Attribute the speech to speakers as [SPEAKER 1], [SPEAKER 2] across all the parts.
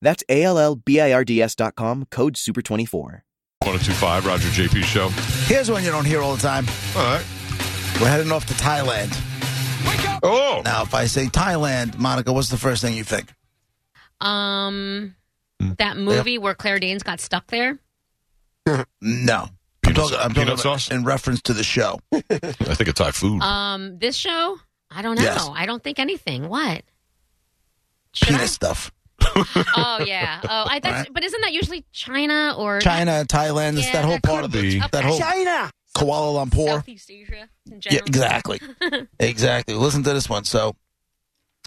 [SPEAKER 1] That's A L L B I R D S dot com, code SUPER24.
[SPEAKER 2] 1025 Roger JP show.
[SPEAKER 3] Here's one you don't hear all the time.
[SPEAKER 2] All right.
[SPEAKER 3] We're heading off to Thailand.
[SPEAKER 2] Oh,
[SPEAKER 3] Now, if I say Thailand, Monica, what's the first thing you think?
[SPEAKER 4] Um,
[SPEAKER 3] Mm.
[SPEAKER 4] that movie where Claire Danes got stuck there.
[SPEAKER 3] No.
[SPEAKER 2] Peanut-
[SPEAKER 3] I'm talking, I'm
[SPEAKER 2] peanut
[SPEAKER 3] talking about-
[SPEAKER 2] sauce?
[SPEAKER 3] in reference to the show.
[SPEAKER 2] I think it's Thai food.
[SPEAKER 4] Um, this show. I don't know.
[SPEAKER 3] Yes.
[SPEAKER 4] I don't think anything. What? Should
[SPEAKER 3] Peanut stuff.
[SPEAKER 4] I? Oh yeah. Oh, I, that's, but isn't that usually China or
[SPEAKER 3] China, Thailand, it's
[SPEAKER 4] Yeah,
[SPEAKER 3] that whole
[SPEAKER 4] that
[SPEAKER 3] part
[SPEAKER 4] could
[SPEAKER 3] of
[SPEAKER 2] be.
[SPEAKER 3] it. That whole
[SPEAKER 5] China.
[SPEAKER 3] Kuala Lumpur.
[SPEAKER 4] Southeast Asia? In
[SPEAKER 3] Yeah,
[SPEAKER 4] general?
[SPEAKER 3] exactly. exactly. Listen to this one. So,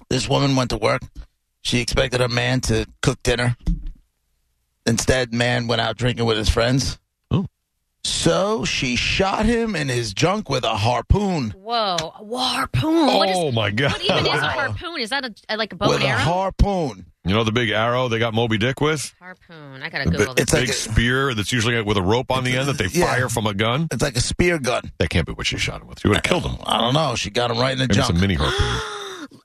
[SPEAKER 3] this woman went to work. She expected her man to cook dinner. Instead, man went out drinking with his friends.
[SPEAKER 2] Oh.
[SPEAKER 3] So she shot him in his junk with a harpoon.
[SPEAKER 4] Whoa. Whoa, harpoon.
[SPEAKER 2] oh,
[SPEAKER 4] Uh, What, is,
[SPEAKER 2] my God.
[SPEAKER 4] what even is a harpoon? Is that a, a- like a bow
[SPEAKER 3] with
[SPEAKER 4] and
[SPEAKER 3] a
[SPEAKER 4] arrow?
[SPEAKER 3] harpoon.
[SPEAKER 2] you know the big arrow they got Moby Dick with?
[SPEAKER 4] harpoon. I gotta Google this.
[SPEAKER 3] It's like
[SPEAKER 2] big
[SPEAKER 3] a-
[SPEAKER 2] spear that's usually with a rope on the end that they
[SPEAKER 3] Yeah.
[SPEAKER 2] fire from a gun?
[SPEAKER 3] It's like a spear gun.
[SPEAKER 2] That can't be what she shot him with. She would have killed him.
[SPEAKER 3] I don't know. She got him right in the
[SPEAKER 2] Maybe it's a
[SPEAKER 3] junk.
[SPEAKER 2] mini harpoon.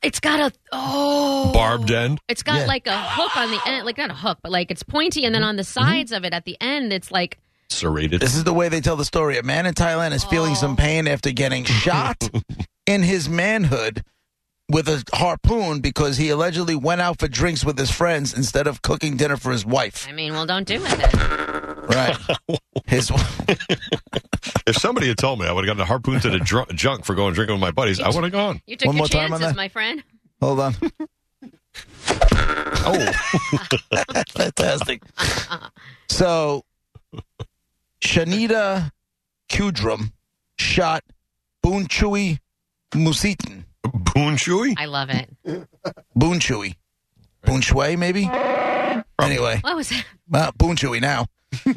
[SPEAKER 4] it's got a oh
[SPEAKER 2] Barbed end.
[SPEAKER 4] It's got
[SPEAKER 3] Yeah. Mm-hmm.
[SPEAKER 4] like a hook on the end, like not a hook, but like it's pointy, and then on the sides of it at the end, it's like
[SPEAKER 2] Serrated.
[SPEAKER 3] This is the way they tell the story. A man in Thailand is feeling
[SPEAKER 4] Oh.
[SPEAKER 3] some pain after getting shot in his manhood with a harpoon because he allegedly went out for drinks with his friends instead of cooking dinner for his wife.
[SPEAKER 4] I mean, well, don't do it. Then.
[SPEAKER 3] Right. His
[SPEAKER 2] If somebody had told me I would have gotten a harpoon to the dr- junk for going drinking with my buddies, I would have gone.
[SPEAKER 4] You took
[SPEAKER 3] One
[SPEAKER 4] your
[SPEAKER 3] more time on
[SPEAKER 4] chances,
[SPEAKER 3] that.
[SPEAKER 4] my friend.
[SPEAKER 3] Hold on.
[SPEAKER 2] Oh,
[SPEAKER 3] Fantastic. So Shanita Kudrum shot Boonchue Musitin.
[SPEAKER 2] Boon Chewy?
[SPEAKER 4] I love it.
[SPEAKER 3] Boonchue. Boonshui maybe? Anyway.
[SPEAKER 4] What was that?
[SPEAKER 3] Uh, Boon Chewy now.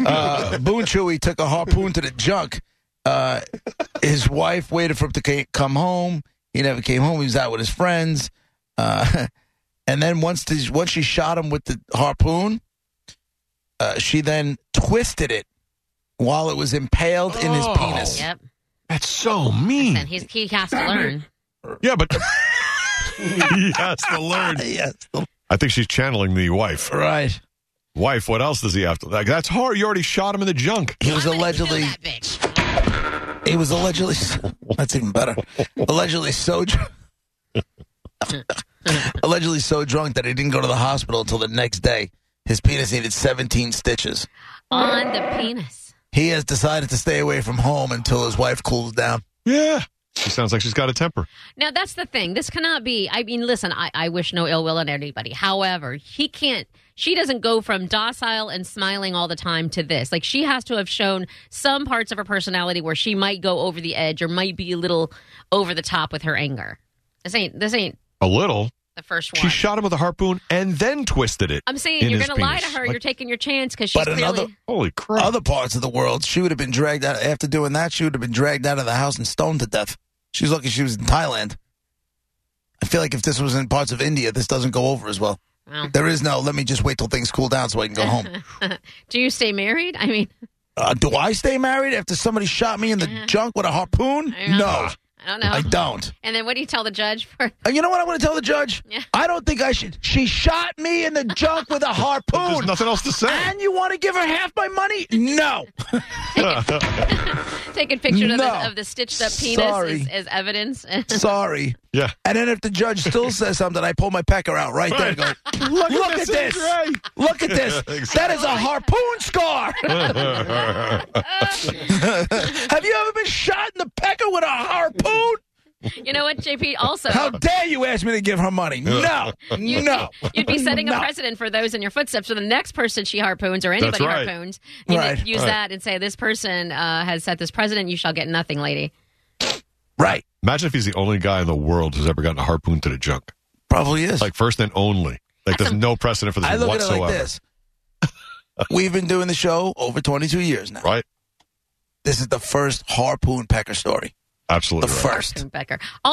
[SPEAKER 3] Uh, Boon Chewy took a harpoon to the junk. Uh, his wife waited for him to ca- come home. He never came home. He was out with his friends. Uh, and then once the, once she shot him with the harpoon, uh, she then twisted it while it was impaled in his
[SPEAKER 2] Oh.
[SPEAKER 3] penis.
[SPEAKER 4] Yep.
[SPEAKER 2] That's so mean.
[SPEAKER 4] Then he's, he has to learn.
[SPEAKER 2] Yeah, but he has to learn.
[SPEAKER 3] Yes,
[SPEAKER 2] I think she's channeling the wife.
[SPEAKER 3] right.
[SPEAKER 2] Wife, what else does he have to? Like, that's hard. You already shot him in the junk.
[SPEAKER 3] He was
[SPEAKER 4] I'm gonna
[SPEAKER 3] allegedly
[SPEAKER 4] kill that bitch.
[SPEAKER 3] he was allegedly that's even better allegedly so dr- allegedly so drunk that he didn't go to the hospital until the next day his penis needed 17 stitches
[SPEAKER 4] on the penis.
[SPEAKER 3] he has decided to stay away from home until his wife cools down
[SPEAKER 2] Yeah. She sounds like she's got a temper.
[SPEAKER 4] Now that's the thing. This cannot be. I mean, listen. I, I wish no ill will on anybody. However, he can't. She doesn't go from docile and smiling all the time to this. Like she has to have shown some parts of her personality where she might go over the edge or might be a little over the top with her anger. This ain't. This ain't
[SPEAKER 2] A little.
[SPEAKER 4] the first
[SPEAKER 2] She
[SPEAKER 4] one.
[SPEAKER 2] shot him with a harpoon and then twisted it.
[SPEAKER 4] I'm saying
[SPEAKER 2] in
[SPEAKER 4] you're
[SPEAKER 2] his
[SPEAKER 4] going to lie to
[SPEAKER 2] penis.
[SPEAKER 4] her.
[SPEAKER 2] Like-
[SPEAKER 4] you're taking your chance because she's
[SPEAKER 3] But
[SPEAKER 4] clearly.
[SPEAKER 3] another-
[SPEAKER 2] Holy crap.
[SPEAKER 3] other parts of the world she would have been dragged out after doing that she would have been dragged out of the house and stoned to death she's lucky she was in thailand i feel like if this was in parts of india this doesn't go over as well
[SPEAKER 4] Wow.
[SPEAKER 3] there is no let me just wait till things cool down so i can go home
[SPEAKER 4] Do you stay married? I mean,
[SPEAKER 3] Uh, do I stay married after somebody shot me in the junk with a harpoon?
[SPEAKER 4] I
[SPEAKER 3] No,
[SPEAKER 4] don't know. I don't know.
[SPEAKER 3] I don't.
[SPEAKER 4] and then what do you tell the judge for?
[SPEAKER 3] And you know what I want to tell the judge?
[SPEAKER 4] Yeah.
[SPEAKER 3] I don't think I should. She shot me in the junk with a
[SPEAKER 2] There's
[SPEAKER 3] harpoon.
[SPEAKER 2] nothing else to say.
[SPEAKER 3] And you want to give her half my money? No.
[SPEAKER 4] taking pictures of,
[SPEAKER 3] No.
[SPEAKER 4] the, of the stitched up
[SPEAKER 3] Sorry.
[SPEAKER 4] penis as, as evidence.
[SPEAKER 3] Sorry.
[SPEAKER 2] Yeah.
[SPEAKER 3] And then if the judge still says something, I pull my pecker out right there. and Go,
[SPEAKER 2] Look,
[SPEAKER 3] Look at this. Look at this. That is a harpoon scar. Have you ever been shot in the pecker with a harpoon?
[SPEAKER 4] you know what, JP? Also,
[SPEAKER 3] How dare you ask me to give her money? No. No.
[SPEAKER 4] you'd be setting a
[SPEAKER 3] No.
[SPEAKER 4] precedent for those in your footsteps. For the next person she harpoons or anybody
[SPEAKER 2] right.
[SPEAKER 4] harpoons, you
[SPEAKER 3] Right.
[SPEAKER 4] could use
[SPEAKER 2] Right.
[SPEAKER 4] that and say, "This person uh, has set this precedent. You shall get nothing, lady."
[SPEAKER 3] Right.
[SPEAKER 2] Imagine if he's the only guy in the world who's ever gotten a harpoon to the junk.
[SPEAKER 3] Probably is.
[SPEAKER 2] Like, first and only. Like, there's no precedent for this
[SPEAKER 3] I look at it
[SPEAKER 2] whatsoever.
[SPEAKER 3] like this. We've been doing the show over 22 years now.
[SPEAKER 2] Right.
[SPEAKER 3] This is the first harpoon pecker story. The
[SPEAKER 2] Absolutely. right.
[SPEAKER 3] first.
[SPEAKER 4] Tim Becker.
[SPEAKER 2] Oh.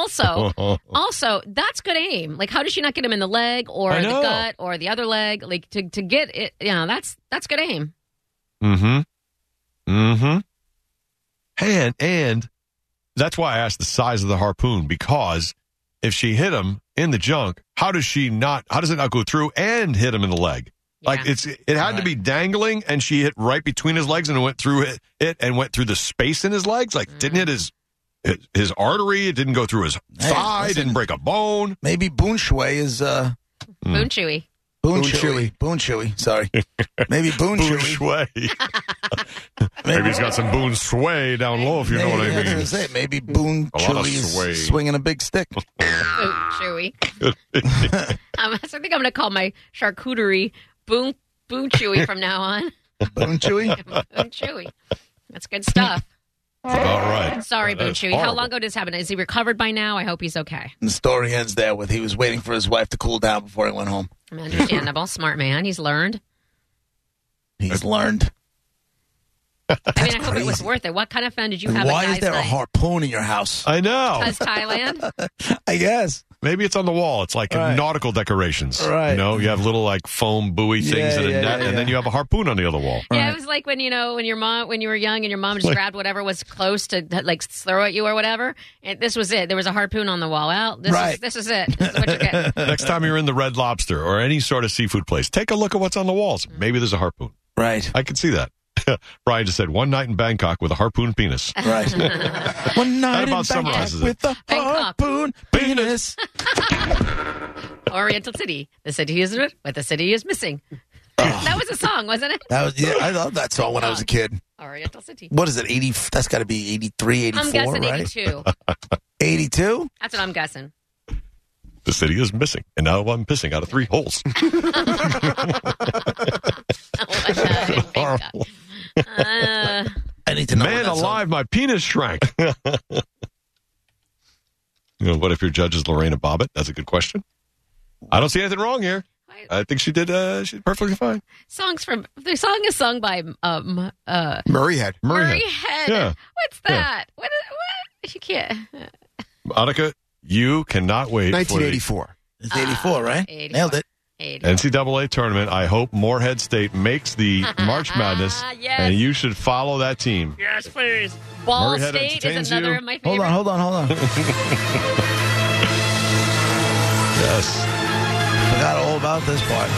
[SPEAKER 4] Also, also that's good aim. Like, how did she not get him in the leg or
[SPEAKER 2] I
[SPEAKER 4] the
[SPEAKER 2] know.
[SPEAKER 4] gut or the other leg? Like to to get it. You know, that's that's good aim.
[SPEAKER 2] Mm-hmm. Mm-hmm. And and that's why I asked the size of the harpoon because if she hit him in the junk, how does she not? How does it not go through and hit him in the leg? Like
[SPEAKER 4] Yeah.
[SPEAKER 2] it's it had to be dangling, and she hit right between his legs and it went through it, it and went through the space in his legs. Like didn't hit his, his his artery. It didn't go through his
[SPEAKER 3] Hey,
[SPEAKER 2] thigh.
[SPEAKER 3] listen.
[SPEAKER 2] Didn't break a bone.
[SPEAKER 3] Maybe Boon Shui is uh
[SPEAKER 2] Mm.
[SPEAKER 4] Boon chewy.
[SPEAKER 3] Boon
[SPEAKER 2] Boon
[SPEAKER 3] Chewy. Boon Chewy, sorry. Maybe Boon
[SPEAKER 2] Boon
[SPEAKER 3] Chewy.
[SPEAKER 2] sway. Maybe he's got some boon sway down low. If you know what
[SPEAKER 3] Maybe
[SPEAKER 2] I
[SPEAKER 3] that's
[SPEAKER 2] mean.
[SPEAKER 3] what I say. Maybe Boon
[SPEAKER 2] A lot of
[SPEAKER 3] Chewy
[SPEAKER 2] sway.
[SPEAKER 3] is swinging a big stick.
[SPEAKER 4] Boon
[SPEAKER 3] Ah.
[SPEAKER 4] chewy. um, so I think I'm going to call my charcuterie boon boon chewy from now on.
[SPEAKER 3] Boon Chewy?
[SPEAKER 4] boon chewy. That's good stuff.
[SPEAKER 2] All right.
[SPEAKER 4] Sorry,
[SPEAKER 2] That
[SPEAKER 4] Boon
[SPEAKER 2] is
[SPEAKER 4] Chewy. How
[SPEAKER 2] horrible.
[SPEAKER 4] long ago did this happen? Is he recovered by now? I hope he's okay.
[SPEAKER 3] And the story ends there with he was waiting for his wife to cool down before he went home.
[SPEAKER 4] I mean, Understandable. Smart man. He's learned.
[SPEAKER 3] He's learned.
[SPEAKER 4] I mean, I hope it was worth it. What kind of fun did you have?
[SPEAKER 3] Why
[SPEAKER 4] at
[SPEAKER 3] is
[SPEAKER 4] guys'
[SPEAKER 3] there a Oh.
[SPEAKER 4] night?
[SPEAKER 3] harpoon in your house?
[SPEAKER 2] I know.
[SPEAKER 4] Because Thailand.
[SPEAKER 3] I guess.
[SPEAKER 2] Maybe it's on the wall. It's like
[SPEAKER 3] Right.
[SPEAKER 2] nautical decorations.
[SPEAKER 3] Right.
[SPEAKER 2] You know, you have little like foam buoy things
[SPEAKER 3] Yeah,
[SPEAKER 2] in a
[SPEAKER 3] yeah,
[SPEAKER 2] net,
[SPEAKER 3] yeah,
[SPEAKER 2] and then
[SPEAKER 3] yeah.
[SPEAKER 2] you have a harpoon on the other wall.
[SPEAKER 4] Yeah,
[SPEAKER 3] Right.
[SPEAKER 4] it was like when you know when your mom when you were young and your mom just
[SPEAKER 2] Like-
[SPEAKER 4] grabbed whatever was close to like throw at you or whatever. And this was it. There was a harpoon on the wall. Well, this is
[SPEAKER 3] Right.
[SPEAKER 4] this is it. This is what you get.
[SPEAKER 2] Next time you're in the Red Lobster or any sort of seafood place, take a look at what's on the walls. Maybe there's a harpoon.
[SPEAKER 3] Right.
[SPEAKER 2] I can see that. Brian just said one night in Bangkok with a harpoon penis.
[SPEAKER 3] Right. One night in
[SPEAKER 2] about
[SPEAKER 3] Bangkok
[SPEAKER 2] summarizes it.
[SPEAKER 3] with a
[SPEAKER 4] Bangkok.
[SPEAKER 3] harpoon penis.
[SPEAKER 4] Oriental City, the city is ri- what the city is missing. That was a song, wasn't it?
[SPEAKER 3] That was yeah. I loved that song when I was a kid.
[SPEAKER 4] Oriental City.
[SPEAKER 3] What is it? Eighty? That's got to be 83, 84,
[SPEAKER 4] I'm guessing
[SPEAKER 3] right?
[SPEAKER 4] 82.
[SPEAKER 3] 82?
[SPEAKER 4] That's what I'm guessing.
[SPEAKER 2] The city is missing, and now I'm pissing out of three holes.
[SPEAKER 4] One night in Bangkok.
[SPEAKER 2] Horrible.
[SPEAKER 4] Uh,
[SPEAKER 3] I need to know.
[SPEAKER 2] Man
[SPEAKER 3] what that song-
[SPEAKER 2] alive, my penis shrank. you know, what if your judge is Lorena Bobbitt? That's a good question. I don't see anything wrong here.
[SPEAKER 4] why-
[SPEAKER 2] I think she did. Uh, she did perfectly fine.
[SPEAKER 4] songs from the song is sung by um uh
[SPEAKER 5] Murray had.
[SPEAKER 2] Murray,
[SPEAKER 4] Murray Head.
[SPEAKER 2] Yeah.
[SPEAKER 4] What's
[SPEAKER 2] Yeah.
[SPEAKER 4] that? What is, what? You can't. uh,
[SPEAKER 2] Annika, you cannot wait for the
[SPEAKER 5] 1984.
[SPEAKER 3] It's
[SPEAKER 4] Ah,
[SPEAKER 3] 84, right?
[SPEAKER 4] 84.
[SPEAKER 3] Nailed it.
[SPEAKER 4] Eight.
[SPEAKER 2] NCAA tournament. I hope Moorhead State makes the March Madness,
[SPEAKER 4] Ah, Yes.
[SPEAKER 2] and you should follow that team.
[SPEAKER 4] Yes, please. Ball
[SPEAKER 2] Murray Head
[SPEAKER 4] State
[SPEAKER 2] entertains
[SPEAKER 4] is another
[SPEAKER 2] you.
[SPEAKER 4] of my favorite.
[SPEAKER 3] Hold on, hold on, hold on.
[SPEAKER 2] Yes,
[SPEAKER 3] Forgot all about this part.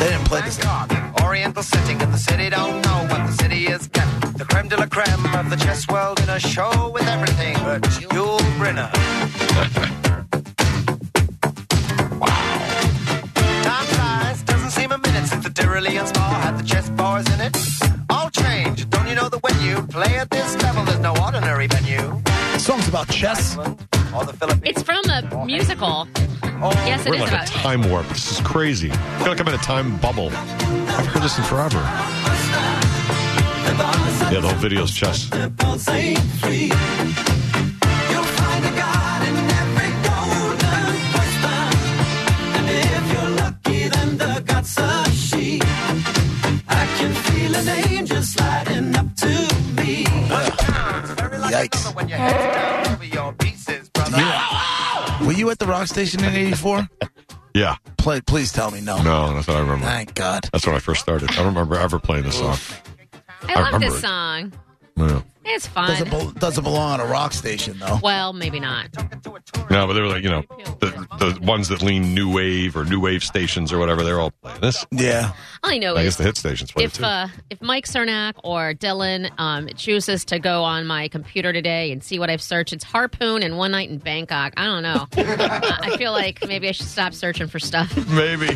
[SPEAKER 3] They didn't play this.
[SPEAKER 6] Bangkok, Oriental city, and the city don't know what the city is kept. The creme de la creme of the chess world in a show with everything but Yul Brynner. Time flies, doesn't seem a minute since the Tyrolean spa had the chess bars in it. All change, don't you know that when you play at this level, there's no ordinary venue.
[SPEAKER 3] Song's about chess.
[SPEAKER 6] Or the Philippines.
[SPEAKER 4] It's from a musical.
[SPEAKER 2] Oh,
[SPEAKER 4] Yes, it
[SPEAKER 2] we're in
[SPEAKER 4] is
[SPEAKER 2] like a
[SPEAKER 4] about.
[SPEAKER 2] time warp. This is crazy. We're gonna come in a time bubble. I've heard this in forever. Yeah, the whole video's chess.
[SPEAKER 3] Yikes.
[SPEAKER 6] When your head's down over your pieces, brother.
[SPEAKER 3] Were you at the rock station in 84?
[SPEAKER 2] Yeah,
[SPEAKER 3] play, please tell me no.
[SPEAKER 2] no, that's what I remember.
[SPEAKER 3] Thank God.
[SPEAKER 2] That's when I first started. I don't remember ever playing this song.
[SPEAKER 4] I love
[SPEAKER 2] remember
[SPEAKER 4] this
[SPEAKER 2] it.
[SPEAKER 4] song.
[SPEAKER 2] No,
[SPEAKER 4] It's
[SPEAKER 3] Doesn't,
[SPEAKER 4] fun.
[SPEAKER 3] bel doesn't belong on a rock station, though.
[SPEAKER 4] Well, maybe not.
[SPEAKER 2] no, but they were like you know the the ones that lean new wave or new wave stations or whatever. They're all playing this.
[SPEAKER 3] Yeah.
[SPEAKER 4] All I know
[SPEAKER 2] I guess
[SPEAKER 4] is
[SPEAKER 2] the hit stations play it
[SPEAKER 4] if
[SPEAKER 2] too.
[SPEAKER 4] uh, if Mike Cernak or Dylan um, chooses to go on my computer today and see what I've searched, it's harpoon and one night in Bangkok. I don't know. Uh, I feel like maybe I should stop searching for stuff.
[SPEAKER 2] Maybe.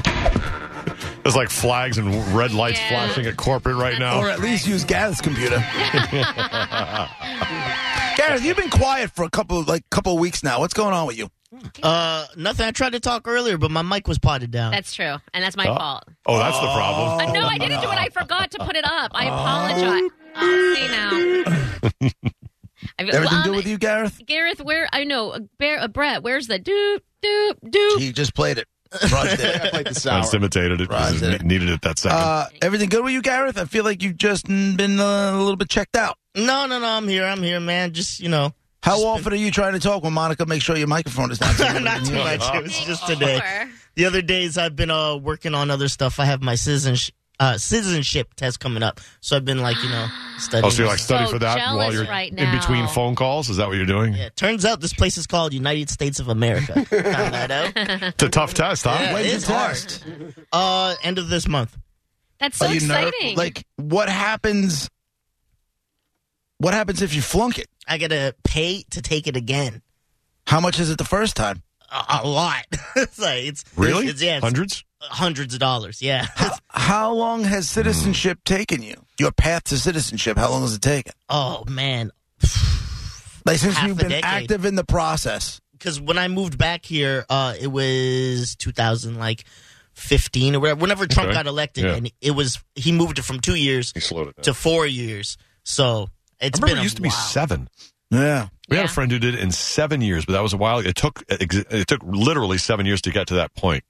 [SPEAKER 2] There's like flags and red lights
[SPEAKER 4] Yeah.
[SPEAKER 2] flashing at corporate right
[SPEAKER 3] Or
[SPEAKER 2] now.
[SPEAKER 3] at least use Gareth's computer. Gareth, you've been quiet for a couple like couple of weeks now. What's going on with you?
[SPEAKER 7] Uh, nothing. I tried to talk earlier, but my mic was potted down.
[SPEAKER 4] That's true, and that's my fault.
[SPEAKER 2] Oh, that's the problem.
[SPEAKER 4] Uh, no,
[SPEAKER 3] Oh,
[SPEAKER 4] I didn't do it. I forgot to put it up. I apologize. Oh, see now. I feel-
[SPEAKER 3] Everything
[SPEAKER 4] um,
[SPEAKER 3] good with you, Gareth?
[SPEAKER 4] uh, Gareth, where I know uh, Bear, uh, Brett, where's the doop doop doop?
[SPEAKER 3] He just played it. Rod
[SPEAKER 5] I
[SPEAKER 3] did.
[SPEAKER 5] think I played the
[SPEAKER 2] I
[SPEAKER 5] sour.
[SPEAKER 2] just imitated it because
[SPEAKER 3] Roger.
[SPEAKER 2] it needed it that second.
[SPEAKER 3] Uh, everything good with you, Gareth? I feel like you've just mm, been uh, a little bit checked out.
[SPEAKER 7] No, no, no. I'm here. I'm here, man. Just you know,
[SPEAKER 3] How often are you trying to talk when Monica? Make sure your microphone is not.
[SPEAKER 7] not too much. It was just today. The other days I've been uh working on other stuff. I have my citizenship uh citizenship test coming up, so I've been like you know studying.
[SPEAKER 2] oh, so you like
[SPEAKER 4] so
[SPEAKER 2] study for that while
[SPEAKER 4] jealous
[SPEAKER 2] you're
[SPEAKER 4] right
[SPEAKER 2] in between
[SPEAKER 4] now.
[SPEAKER 2] phone calls? Is that what you're doing?
[SPEAKER 7] Yeah, turns out this place is called United States of America. Found that out.
[SPEAKER 2] It's a tough test, huh?
[SPEAKER 7] Yeah,
[SPEAKER 3] When's
[SPEAKER 7] it
[SPEAKER 3] your
[SPEAKER 7] is hard.
[SPEAKER 3] test?
[SPEAKER 7] Uh, end of this month.
[SPEAKER 4] That's so
[SPEAKER 3] Are you ner-
[SPEAKER 4] exciting.
[SPEAKER 3] like, what happens? What happens if you flunk it?
[SPEAKER 7] I gotta pay to take it again.
[SPEAKER 3] How much is it the first time?
[SPEAKER 7] A, a lot. it's like it's
[SPEAKER 2] Really?
[SPEAKER 7] It's, it's- yeah, it's
[SPEAKER 2] Hundreds?
[SPEAKER 7] hundreds of dollars. Yeah.
[SPEAKER 3] How long has
[SPEAKER 7] Hmm.
[SPEAKER 3] citizenship taken you? Your path to citizenship. How long has it taken?
[SPEAKER 7] oh man,
[SPEAKER 3] Like since
[SPEAKER 7] Half
[SPEAKER 3] you've
[SPEAKER 7] a
[SPEAKER 3] been
[SPEAKER 7] decade.
[SPEAKER 3] active in the process.
[SPEAKER 7] because when I moved back here, uh, it was 2000, like 15 or whatever. Whenever Trump
[SPEAKER 2] Okay.
[SPEAKER 7] got elected,
[SPEAKER 2] Yeah.
[SPEAKER 7] and it was he moved it from two years
[SPEAKER 2] He slowed it down.
[SPEAKER 7] to four years. So
[SPEAKER 2] I
[SPEAKER 7] it's
[SPEAKER 2] remember
[SPEAKER 7] been
[SPEAKER 2] it
[SPEAKER 7] a
[SPEAKER 2] used to be
[SPEAKER 7] while.
[SPEAKER 2] seven.
[SPEAKER 3] Yeah.
[SPEAKER 2] We had
[SPEAKER 4] Yeah.
[SPEAKER 2] a friend who did it in seven years, but that was a while. It took it took literally seven years to get to that point.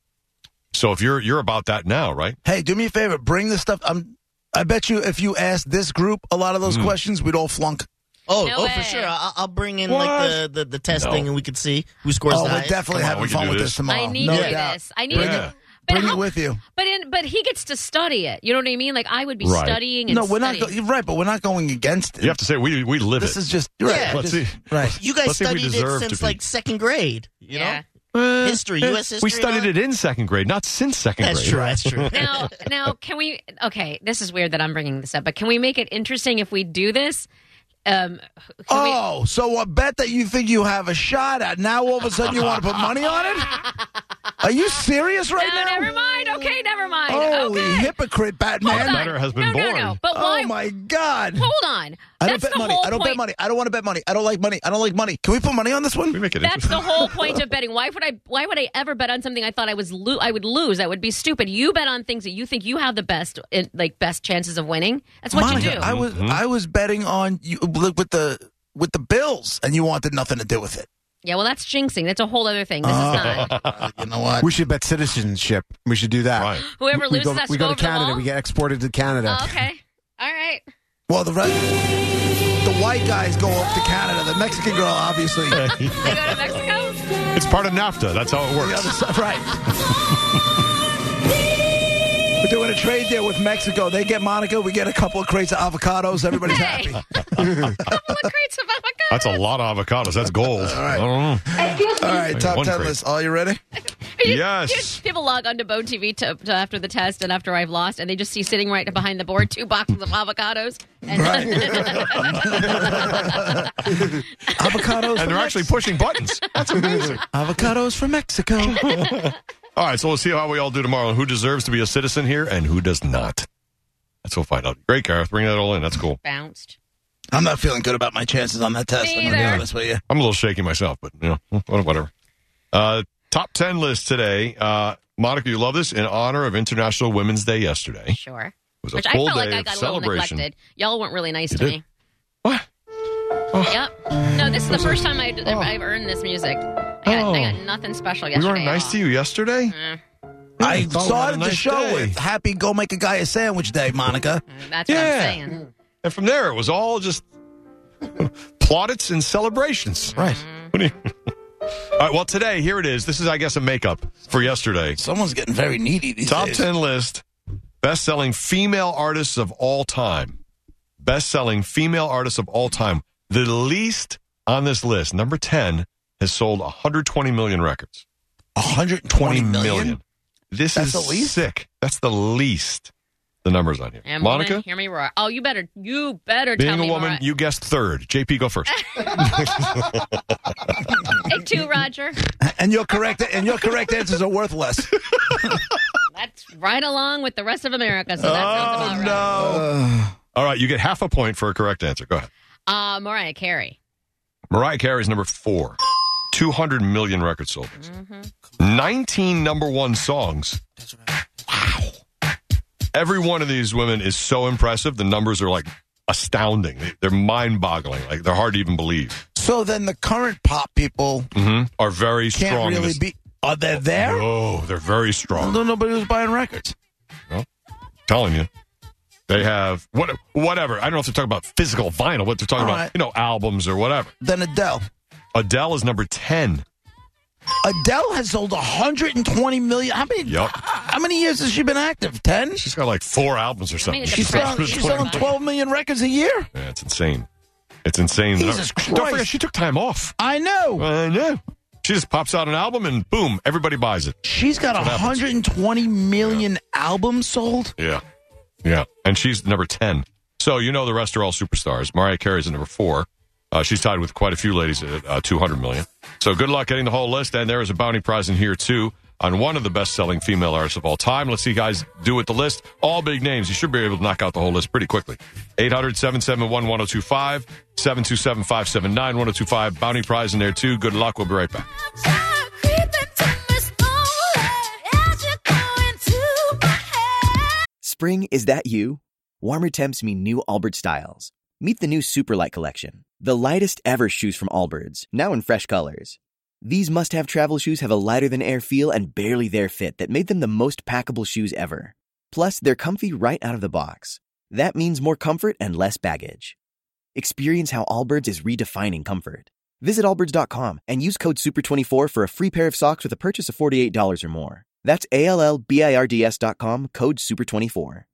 [SPEAKER 2] So if you're you're about that now, right?
[SPEAKER 3] Hey, do me a favor. Bring this stuff. I'm. I bet you if you asked this group a lot of
[SPEAKER 7] Hmm.
[SPEAKER 3] those questions, we'd all flunk.
[SPEAKER 7] Oh,
[SPEAKER 4] No
[SPEAKER 7] oh,
[SPEAKER 4] way.
[SPEAKER 7] for sure. I, I'll bring in
[SPEAKER 2] What?
[SPEAKER 7] like the the, the test
[SPEAKER 2] No.
[SPEAKER 7] thing, and we could see who scores
[SPEAKER 3] oh,
[SPEAKER 7] the
[SPEAKER 3] we're
[SPEAKER 7] highest.
[SPEAKER 3] definitely
[SPEAKER 2] Come on, we
[SPEAKER 3] having
[SPEAKER 2] can
[SPEAKER 3] fun
[SPEAKER 2] do
[SPEAKER 3] with
[SPEAKER 2] this.
[SPEAKER 3] this tomorrow.
[SPEAKER 4] I need
[SPEAKER 3] no
[SPEAKER 4] to do
[SPEAKER 3] doubt.
[SPEAKER 4] this. I need
[SPEAKER 2] Bring
[SPEAKER 4] to.
[SPEAKER 2] it.
[SPEAKER 4] But
[SPEAKER 3] Bring
[SPEAKER 4] how,
[SPEAKER 3] it with you.
[SPEAKER 4] But in, but he gets to study it. You know what I mean? Like I would be
[SPEAKER 2] Right.
[SPEAKER 4] studying. And
[SPEAKER 3] No, we're not. Go-
[SPEAKER 4] studying.
[SPEAKER 3] you're right, but we're not going against it.
[SPEAKER 2] You have to say we we live
[SPEAKER 3] This
[SPEAKER 2] it.
[SPEAKER 3] is just you're right.
[SPEAKER 7] Yeah.
[SPEAKER 2] Let's
[SPEAKER 3] Just-
[SPEAKER 2] see.
[SPEAKER 3] Right.
[SPEAKER 7] You guys
[SPEAKER 2] Let's see if we
[SPEAKER 7] studied
[SPEAKER 2] deserve
[SPEAKER 7] it
[SPEAKER 2] to
[SPEAKER 7] since
[SPEAKER 2] be.
[SPEAKER 7] like second grade. You
[SPEAKER 4] yeah.
[SPEAKER 7] know, history, U.S. history.
[SPEAKER 2] Uh, eh, we studied
[SPEAKER 7] and
[SPEAKER 2] it in second grade, not since second
[SPEAKER 7] all that? That's
[SPEAKER 2] grade.
[SPEAKER 7] true. That's
[SPEAKER 4] now,
[SPEAKER 7] true.
[SPEAKER 4] now, can we? Okay, this is weird that I'm bringing this up, but can we make it interesting if we do this? Um, can we-
[SPEAKER 3] Oh, so a bet that you think you have a shot at. Now all of a sudden you want to put money on it? Are you serious right
[SPEAKER 4] no,
[SPEAKER 3] now?
[SPEAKER 4] Oh, never mind. Okay, never mind.
[SPEAKER 3] Holy
[SPEAKER 4] okay.
[SPEAKER 3] hypocrite,
[SPEAKER 4] Hold
[SPEAKER 2] The
[SPEAKER 4] on.
[SPEAKER 3] Batman.
[SPEAKER 2] matter has been
[SPEAKER 4] no,
[SPEAKER 2] born.
[SPEAKER 4] No, no, But why?
[SPEAKER 3] Oh my God.
[SPEAKER 4] Hold on.
[SPEAKER 3] I don't
[SPEAKER 4] That's
[SPEAKER 3] bet
[SPEAKER 4] the
[SPEAKER 3] money.
[SPEAKER 4] whole
[SPEAKER 3] I don't
[SPEAKER 4] point.
[SPEAKER 3] bet money. I don't want to bet money. I don't like money. I don't like money. Can we put money on this
[SPEAKER 2] We
[SPEAKER 3] one?
[SPEAKER 2] make it
[SPEAKER 4] That's
[SPEAKER 2] interesting.
[SPEAKER 4] the whole point of betting. Why would I? Why would I ever bet on something I thought I was lo- I would lose? That would be stupid. You bet on things that you think you have the best, in, like best chances of winning. That's what
[SPEAKER 3] Monica,
[SPEAKER 4] you do.
[SPEAKER 3] I was
[SPEAKER 2] Mm-hmm.
[SPEAKER 3] I was betting on you look, with the with the bills, and you wanted nothing to do with it.
[SPEAKER 4] yeah, well, that's jinxing. That's a whole other thing. This
[SPEAKER 3] Uh-huh.
[SPEAKER 4] is not.
[SPEAKER 3] You know what?
[SPEAKER 5] We should bet citizenship. We should do that.
[SPEAKER 2] Right.
[SPEAKER 4] Whoever
[SPEAKER 5] we
[SPEAKER 4] loses,
[SPEAKER 5] go,
[SPEAKER 4] has
[SPEAKER 5] we
[SPEAKER 4] to
[SPEAKER 5] go
[SPEAKER 4] go
[SPEAKER 5] to
[SPEAKER 4] over the
[SPEAKER 5] Canada.
[SPEAKER 4] wall.
[SPEAKER 5] We get exported to Canada.
[SPEAKER 4] Oh, okay. All right.
[SPEAKER 3] Well, the rest, the white guys go up to Canada. The Mexican girl, obviously.
[SPEAKER 4] They go to Mexico.
[SPEAKER 2] It's part of NAFTA. That's how it
[SPEAKER 3] The
[SPEAKER 2] works.
[SPEAKER 3] other side, right. We're doing a trade deal with Mexico. They get Monica. We get a couple of crates of avocados. Everybody's
[SPEAKER 4] Hey.
[SPEAKER 3] happy.
[SPEAKER 4] Couple of crates of avocado.
[SPEAKER 2] That's a lot of avocados. That's gold. I don't know.
[SPEAKER 3] All right, top
[SPEAKER 2] One
[SPEAKER 3] ten
[SPEAKER 2] crate.
[SPEAKER 3] list. Are you ready?
[SPEAKER 4] You-
[SPEAKER 2] Yes.
[SPEAKER 4] you just people log onto Bone TV to, to after the test and after I've lost, and they just see sitting right behind the board two boxes of avocados. And
[SPEAKER 3] Right. avocados.
[SPEAKER 2] And
[SPEAKER 3] from
[SPEAKER 2] they're actually pushing buttons. That's amazing.
[SPEAKER 3] avocados from Mexico.
[SPEAKER 2] All right, so we'll see how we all do tomorrow. Who deserves to be a citizen here and who does not? That's what we'll find out. Great, Gareth. Bring that all in. That's cool.
[SPEAKER 4] bounced.
[SPEAKER 3] I'm not feeling good about my chances on that test.
[SPEAKER 4] Me
[SPEAKER 3] I'm gonna be
[SPEAKER 4] either.
[SPEAKER 3] honest with you.
[SPEAKER 2] I'm a little shaky myself, but you know, whatever. Uh, top ten list today. Uh, Monica, you love this in honor of International Women's Day yesterday. It
[SPEAKER 4] Sure.
[SPEAKER 2] was a
[SPEAKER 4] Which I
[SPEAKER 2] full
[SPEAKER 4] felt
[SPEAKER 2] day
[SPEAKER 4] like I
[SPEAKER 2] of
[SPEAKER 4] got a little
[SPEAKER 2] celebration.
[SPEAKER 4] neglected. Y'all weren't really nice
[SPEAKER 2] You
[SPEAKER 4] to
[SPEAKER 2] did?
[SPEAKER 4] me.
[SPEAKER 2] What? Oh.
[SPEAKER 4] Yep. No, this is the first time I, I've earned this music. I got, I
[SPEAKER 2] Oh.
[SPEAKER 4] got nothing special
[SPEAKER 2] We
[SPEAKER 4] yesterday.
[SPEAKER 2] weren't nice to you yesterday. thought
[SPEAKER 3] I
[SPEAKER 2] we had a
[SPEAKER 3] started
[SPEAKER 2] nice
[SPEAKER 3] the show
[SPEAKER 2] day.
[SPEAKER 3] with "Happy Go Make a Guy a Sandwich Day," Monica.
[SPEAKER 4] That's what
[SPEAKER 2] Yeah.
[SPEAKER 4] I'm saying.
[SPEAKER 2] And from there, it was all just plaudits and celebrations.
[SPEAKER 3] Right.
[SPEAKER 2] What do you- all right, well, today, here it is. This is, I guess, a makeup for yesterday.
[SPEAKER 3] Someone's getting very needy these
[SPEAKER 2] Top
[SPEAKER 3] days.
[SPEAKER 2] 10 list best selling female artists of all time. Best selling female artists of all time. The least on this list, number 10, has sold 120 million records.
[SPEAKER 3] 120 million.
[SPEAKER 2] This
[SPEAKER 3] That's
[SPEAKER 2] is
[SPEAKER 3] the least?
[SPEAKER 2] sick. That's the least. The numbers on here.
[SPEAKER 4] And
[SPEAKER 2] Monica,
[SPEAKER 4] woman, hear me roar. Oh, you better, you better tell
[SPEAKER 2] being
[SPEAKER 4] me
[SPEAKER 2] a woman,
[SPEAKER 4] Mariah-
[SPEAKER 2] you guessed third. JP, go first.
[SPEAKER 4] Take two, Roger.
[SPEAKER 3] And your correct and your correct answers are worthless.
[SPEAKER 4] That's right along with the rest of America. So that sounds about right.
[SPEAKER 2] All right, you get half a point for a correct answer. Go ahead.
[SPEAKER 4] Uh, Mariah Carey.
[SPEAKER 2] Mariah Carey's number four. 200 million records sold.
[SPEAKER 4] Mm-hmm.
[SPEAKER 2] 19 number one songs. Wow. Every one of these women is so impressive. The numbers are like astounding. They- They're mind boggling. Like they're hard to even believe.
[SPEAKER 3] So then the current pop people
[SPEAKER 2] Mm-hmm. Are very
[SPEAKER 3] can't
[SPEAKER 2] strong. in
[SPEAKER 3] really
[SPEAKER 2] this-
[SPEAKER 3] be Are they there?
[SPEAKER 2] Oh, they're very
[SPEAKER 3] I
[SPEAKER 2] strong.
[SPEAKER 3] do nobody was buying records.
[SPEAKER 2] telling you. They have what whatever. I don't know if they're talking about physical vinyl, but they're talking
[SPEAKER 3] All
[SPEAKER 2] about
[SPEAKER 3] right.
[SPEAKER 2] you know albums or whatever.
[SPEAKER 3] Then Adele.
[SPEAKER 2] Adele is number ten.
[SPEAKER 3] Adele has sold 120 million. How many?
[SPEAKER 2] Yup.
[SPEAKER 3] How many years has she been active? Ten.
[SPEAKER 2] She's got like four albums or something.
[SPEAKER 4] mean, it's a
[SPEAKER 3] She's selling,
[SPEAKER 4] Probably
[SPEAKER 3] she's selling 12 million records a year.
[SPEAKER 2] Yeah, it's insane. It's insane.
[SPEAKER 3] Jesus
[SPEAKER 2] Don't forget
[SPEAKER 3] Christ.
[SPEAKER 2] she took time off.
[SPEAKER 3] I know.
[SPEAKER 2] I know. She just pops out an album and boom, everybody buys it.
[SPEAKER 3] She's got
[SPEAKER 2] That's what happens.
[SPEAKER 3] 120 million albums sold.
[SPEAKER 2] Yeah. Yeah. And she's number 10. So you know the rest are all superstars. Mariah Carey's at number four. Uh, she's tied with quite a few ladies at uh, 200 million. So good luck getting the whole list. And there is a bounty prize in here, too, on one of the best selling female artists of all time. Let's see you guys do with the list. All big names. You should be able to knock out the whole list pretty quickly. 800 771 1025, 727 579 1025. Bounty prize in there, too. Good luck. We'll be right back.
[SPEAKER 1] Spring, is that you? Warmer temps mean new Albert styles. Meet the new Superlight Collection, the lightest ever shoes from Allbirds, now in fresh colors. These must have travel shoes have a lighter than air feel and barely their fit that made them the most packable shoes ever. Plus, they're comfy right out of the box. That means more comfort and less baggage. Experience how Allbirds is redefining comfort. Visit allbirds.com and use code SUPER24 for a free pair of socks with a purchase of $48 or more. That's A L L B I R D S dot com, code SUPER24.